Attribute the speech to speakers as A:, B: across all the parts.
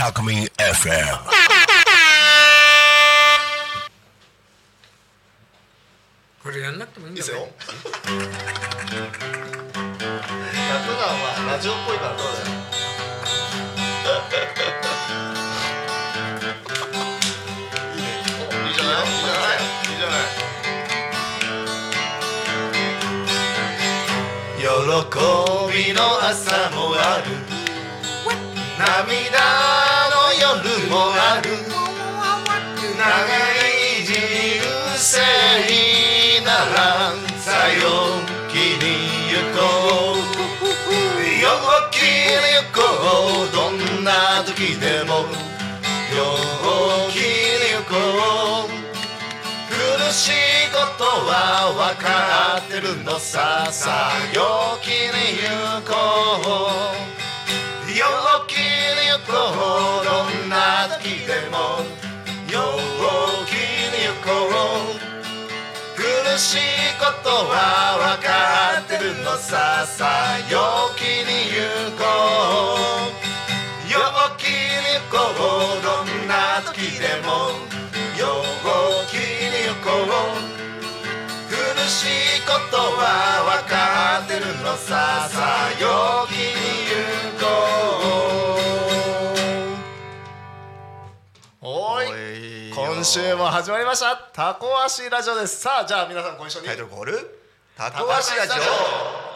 A: Alchemy FM.
B: これやんなくてもいいん
C: いい
B: だ
C: です
B: け
C: よ
B: ど。
C: ラ普段はラジオっぽいからどうだよ。いいね。いいじゃない。いいじゃない。いいじゃない。喜びの朝もある。涙の夜もある。長い人生ならさよきに行こう陽気に行こうどんな時でも陽気に行こう苦しいことはわかってるのささ陽気に行こう陽気に行こうどんな時でも陽気に行こう苦しいことは分かってるのささ陽気に行こう陽気に行こうどんな時でも陽気に行こう苦しいことは分かってるのささ陽気に行こうおい今週も始まりましたタコ足ラジオですさあじゃあ皆さんご一緒に
D: タイトルコールタ
C: タ
D: コ
C: コ
D: 足
C: 足ラ
D: ラ
C: ジ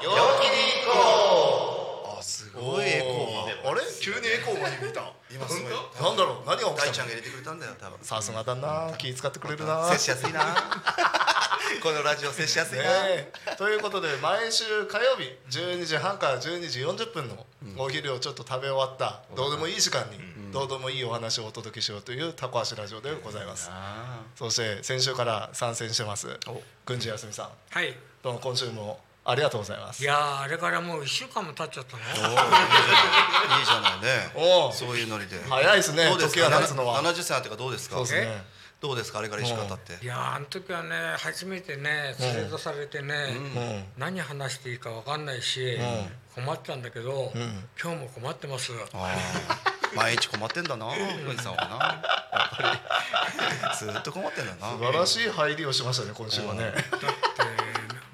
D: ジ
C: オ陽気に行こ
D: オあすごいエコーが
C: うあれ急にエコーまで見た
D: 今すごい
C: なんだろう何が起
D: 大
C: き
D: ち
C: た
D: ゃん
C: の
D: が入れてくれたんだよ多分
C: さすがだな気使ってくれるな
D: 接しやすいな このラジオ接しやすいな、
C: ねえということで毎週火曜日12時半から12時40分のお昼をちょっと食べ終わったどうでもいい時間にどうでもいいお話をお届けしようというタコ足ラジオでございますそして先週から参戦してます郡司康美さん
B: はい。
C: どうも今週もありがとうございます
B: いやーあれからもう一週間も経っちゃった
D: お
B: ね。
D: ーいいじゃないいいじゃない
C: お
D: ね
C: う
D: そういうノリで
C: 早いですね
D: どうです
C: 時
D: か
C: が経つのは
D: 70歳ってかどうですか
C: そうですね
D: どうですかあれから一週間経って
B: いやーあの時はね初めてね連れ出されてね、何話していいかわかんないし、困ったんだけど、今日も困ってます。
D: あー毎日困ってんだな郡司さんはなやっぱりずっと困ってんだな
C: 素晴らしい入りをしましたね今週はね
B: だって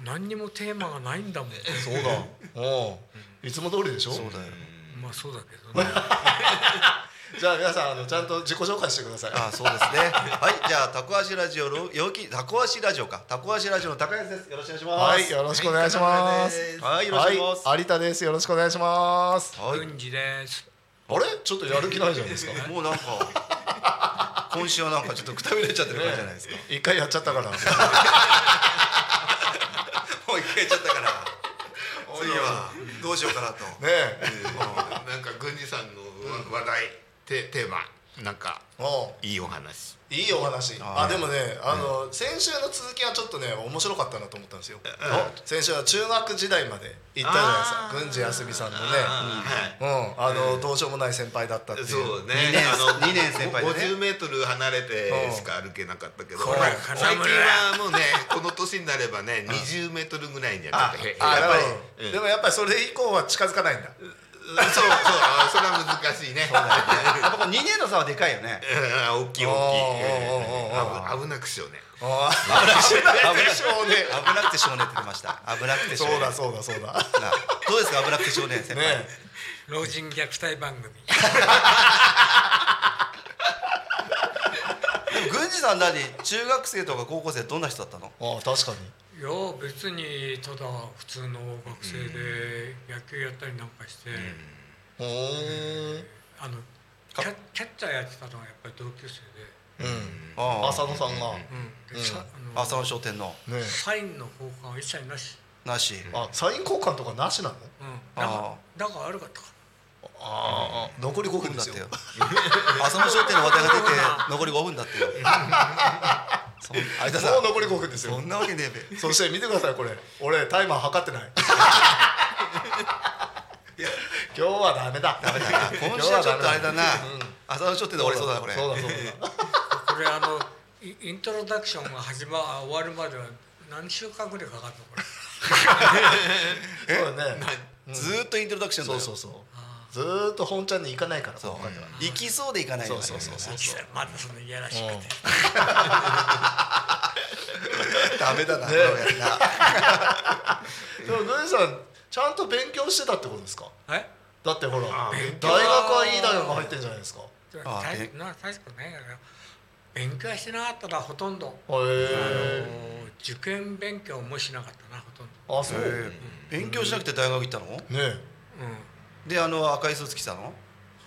B: 何にもテーマがないんだもん。
C: そうだお ういつも通りでしょ
D: そうだよ
B: まあそうだけどね。
C: じゃあ皆さんあのちゃんと自己紹介してください
D: ああそうですね。はい、じゃあタコ足ラジオの陽気タコ足ラジオか。タコ足ラジオの高安です。よろしくお願
C: はいい
D: しま
C: よろしくお願いします
D: す。はい、よろしくお願いします。
C: はい、有田です。よろしくお願いします。
D: はい、
B: 軍事です。
C: あれ、ちょっとやる気ないじゃないですか。
D: もうなんか今週はなんかちょっとくたびれちゃってる感じじゃないですか。
C: 一回やっちゃったから。
D: もう一回やっちゃったから。次はどうしようかなと。
C: ねえ、
E: なんか郡司さんの話題、テテーマなんか
C: も
E: いいお話
C: ういいお話。あ、でもね、あの先週の続きはちょっとね、面白かったなと思ったんですよ。先週は中学時代まで行ったじゃないですか。郡司康美さんのね、うん、あのどうしようもない先輩だったっていう。
E: そうね
D: 二年
E: あの
D: 二年先輩でね
E: 50メートル離れてしか歩けなかったけど
B: うん
E: まあ
B: こら
E: 最近はもうねこの年になればね20メートルぐらいにはなって
C: あ、やっぱり、
E: うん
C: でもやっぱりそれ以降は近づかないんだ。
E: そうそうあそれは難しいね
D: やっぱこの二年の差はでかいよね。
E: うん大きい
C: おーおーお
E: 大きいうん危危なくしようね
C: あー
D: 危なくて
C: 少年。
D: 危なくて少年って出ました。危なくて少
C: そう
D: 年。
C: だそうだそうだ。
D: なあどうですか危なくて少年先輩。
C: ね
B: 老人虐待番組。
D: でも郡司さん何中学生とか高校生どんな人だったの？
C: え。あ、確かに。
B: いや別にただ普通の学生で野球やったりなんかして、
C: おー
B: あのキャキャッチャーやってたのはやっぱり同級生で,、
C: うん。
D: ああ
C: 浅野さんが。
B: うんでさあの
D: 浅野商店の
C: ねえ
B: サインの交換は一切なし、
D: なし。
C: あサイン交換とかなしなの
B: うん、だ
D: あ
B: からだから悪かったか
C: ああ残り5
D: 5
C: 分で
D: 分だっ
C: す
D: た
C: よ
D: よ。浅野商店の話題が出て残り5分だったよ。そん相田さ
C: も
D: ん
C: う残り5分ですよ
D: そんなわけねえべ。
C: そして見てくださいこれ俺タイマー測 ってない今日はダメだダメだ
D: 今週はちょっとあれだな
C: うん。
D: 浅野商店で終わりそうだなこれ。
C: そうだそうだ
B: らこれあのイイントロダクションが始まあ終わるまでは何週間ぐらいかか ったのこれ
C: そうだね
D: ずーっとイントロダクションだ
C: そ
D: よ。
C: うそうそう
B: あ
C: ずーっと本ちゃんに行かないから
D: そう
C: 他には
D: 行きそうで行かないよね
C: そうそうそう
B: きさんまだそのいやらしくて、
D: ダメだな、
C: ね
D: どうやらな
C: でも郡司さんちゃんと勉強してたってことですか
B: え
C: だってほら大
E: あ勉
C: 学はいい大学入ってんじゃないですかへ
D: あ
B: 大
D: え
B: な大したことないから勉強はしてなかったらほとんど、
C: え
B: もう受験勉強もしなかったなほとん
C: あそう
D: え
C: ね
D: ー勉強しなくて大学行ったの
B: ど、
C: え
B: うん、
D: であの赤いスーツ着たの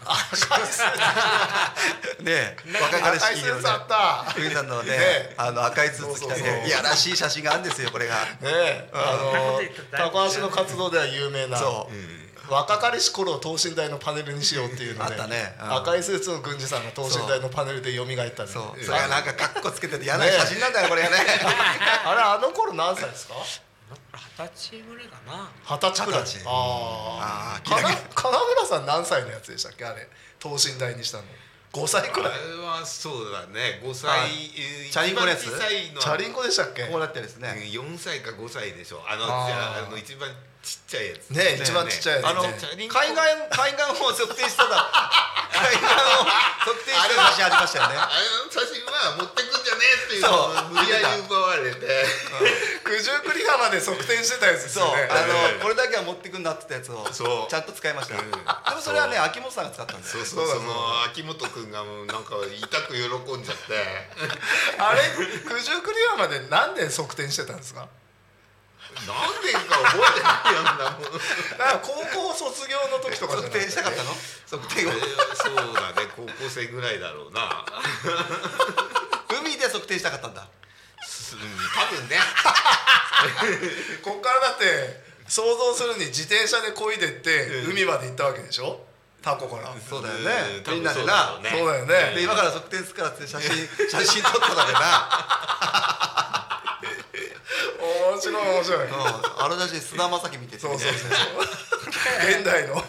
D: 赤いスーツねえ若かり
C: 赤い
D: し
C: ス
D: き色
C: ー
D: ね
C: ツあった
D: 冬さんのね
C: ねえ
D: あの赤いスーツ着
C: そう
D: た
C: そうそ
D: ね
C: う
D: いやらしい写真があるんですよこれが
C: ねえあの
B: うん
C: 高橋の活動では有名な
D: そう
C: 若かりし頃を等身大のパネルにしようっていうので
D: あったねうん
C: 赤いスーツの郡司さんが等身大のパネルで蘇ったり
D: そうそれが
C: あ
D: なんかカッコつけてて嫌な写真なんだよこれ がね
C: あれあの頃何歳ですか
B: だから二十歳ぐらいかな
C: 二十歳くらい
D: 二十歳
C: あ
D: あー
C: あ金金村さん何歳のやつでしたっけあれ等身大にしたの5歳く
E: あ
C: らい
E: れはそうだね5
D: は
E: 歳
D: い
E: えー
D: チャリンコのやつ
E: 一番小さいの
C: チャリンコでしたっけ
D: こう
C: ね
D: なってですね
E: 4歳か5歳でしょあの
C: あー
E: じゃああの一番ちっちゃいやつ
C: え一番ちっちゃいや
E: あの
C: つね
E: チャリンコ
D: 海岸海岸を測定してた海岸を測定してた写真ありましたよね
E: あの写真は持ってくんじゃねえっていうのを無理やり奪われて
C: 九十九里浜で測定してたやつです
D: そう
C: よね
D: あのこれだけは持ってくんだって言ったやつ
E: そ
D: を
E: う
D: ちゃんと使いましたで
E: うん
D: もそれはね秋元さんが使ったんです
E: そ
D: よ
E: うそ
C: そ
E: う
C: うだ
E: その秋元君がもうなんか痛く喜んじゃって
C: あれ九十九里浜で何年測定してたんですか
E: 何年か覚えてないよんなもん
C: なんか高校卒業の時とかじゃ
D: 測
C: ない
D: 定したかったの測定を
E: そうだね高校生ぐらいだろうな
D: 海で測定したかったんだ
E: す多分ね
C: こっからだって想像するに自転車で漕いでって海まで行ったわけでしょタコから
D: そうだよ
E: うん
D: ね
E: 多
D: みん
E: 分
D: な
E: そ
D: で
E: うだ
D: な
E: ろうね
C: そうだよ
D: で
C: ね
D: 今から測定するからって写真写真撮っただ けな
C: 面白い面白い
D: うんあの写真菅田将暉見てて
C: そ
D: ね
C: うそうそうそう現代の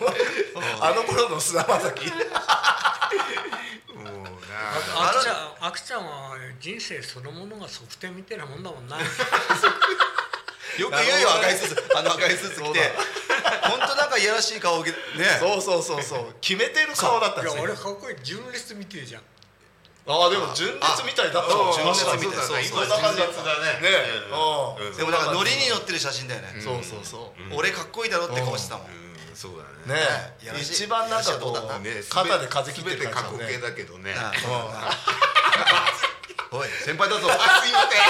C: あの頃の菅田将暉
E: もうな
B: あくちゃんあくちゃんは人生そのものが測定みたいなもんだもんな
D: よく言うよ赤いスーツあの赤いスーツ着て本当なんかいやらしい顔をね
C: そうそうそうそう決めてる顔だったん
B: い
C: で
B: や
C: すよ
B: 俺かっこいい純烈見てるじゃん
C: ああでも純烈みたいだった
E: そう
C: もん
E: 純
D: 純烈
E: 烈み
D: み
E: た
D: た
E: い
D: いな
E: なそう
C: そ
E: そう
C: うそう
E: 純烈だね
C: ね
E: うん
C: うん
E: うん
D: でもなんかノリに乗ってる写真だよね
C: そうそうそ
D: 俺かっこいいだろって顔してたもん
E: うんそう
C: う
E: だ
C: ね
E: ね
D: いやらしい
C: 一番なんかこ
D: いやらしい
C: う
D: 男
E: ねすべ
C: 肩で風切ってる
E: 全て過
C: 感
E: 去
C: じだ
E: 形
C: ね
E: だけどね
D: なあ
C: うん
D: おい先輩だぞ
E: あすいません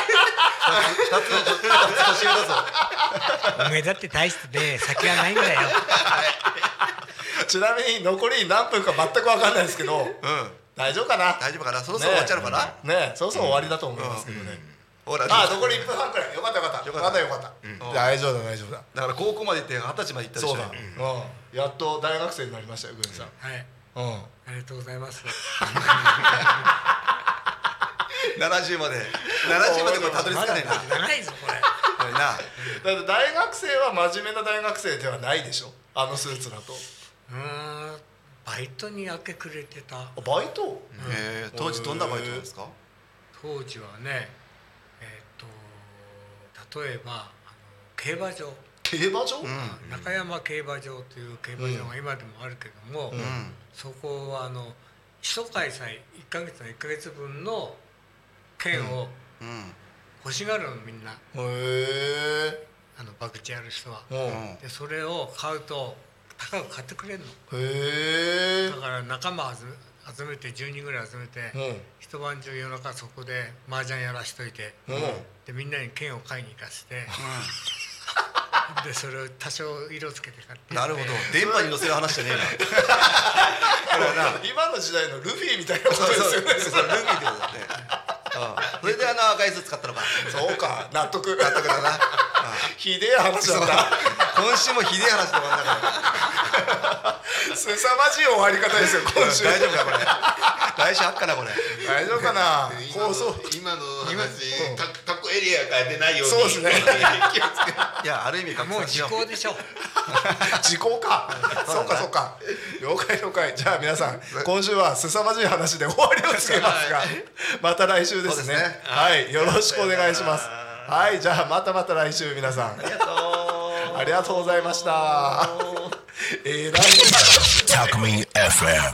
D: 二つ二つ年上だぞ
B: おめえだって大してね先はないんだよ
C: ちなみに残り何分か全く分かんないですけど
D: うん
C: 大丈夫かな
D: 大丈夫かなそろそろ終わっちゃうのかな、
C: ねえそろそろ終わりだと思いますけどね
D: ほら
C: あ残り1分半くらいよかったよかった
D: よかった
C: まだよかった大丈夫だ大丈夫だ
D: だから高校まで行って二十歳まで行ったでし
C: そ
D: ょ
C: うだうんやっと大学生になりましたよ郡司さん
B: はい
C: うん
B: ありがとうございます
D: 70まで70までこれたどり着かねえな
B: 長いぞこれ
D: これな
C: だって大学生は真面目な大学生ではないでしょあのスーツだと
B: うーんバイトに明け暮れてた
C: あバイト
D: えー当時どんなバイトなんですか
B: 当時はねえっ、と例えばあの競馬場、
C: 競馬場
D: う
B: 中山競馬場という競馬場が今でもあるけども、
D: ん
B: そこはあの基礎開催1ヶ月の1ヶ月分の券を
D: うん
B: 欲しがるのみんな
C: へえ
B: あの博打やる人は。
C: うんへ
B: でそれを買うと高く買ってくれるの
C: え
B: だから仲間集め集めて10人ぐらい集めて、
C: うん
B: 一晩中夜中そこで麻雀やらしといて、
C: うん
B: でみんなに剣を買いに行かせて、 でそれを多少色つけて買って
D: なるほど電波に乗せる話じゃね え
C: 今の時代のルフィみたいなこと
D: な
C: ですよね
D: そうそうルミってことだねうんそれであの赤いスーツ買ったのか
C: そうか納得
D: 納得だなうん
C: ひでえ話だった
D: 今週もひでえ話だもんだから
C: 凄まじい終わり方ですよ今週
D: 大丈夫かこれ来週あっかなこれ
C: 大丈夫かな
E: 今の
C: 放送
E: 今の
C: うん
E: 話か 過去エリアから出ないように
C: そうですね
E: 気をつけて
D: いやある意味拡
B: もう
D: 散し
B: 時
D: よ
B: 効でしょ
C: 時効か
D: そ
C: そううか
D: だな
C: そうか了解了解じゃあ皆さん今週は凄まじい話で終わりをつけますがまた来週で
D: そう
C: す
D: です
C: ね
D: ね
C: はいよろしくお願いしますはいじゃあまたまた来週皆さん
D: うありがとう
C: ありがとうございました。ええな。
A: Talk Me FM.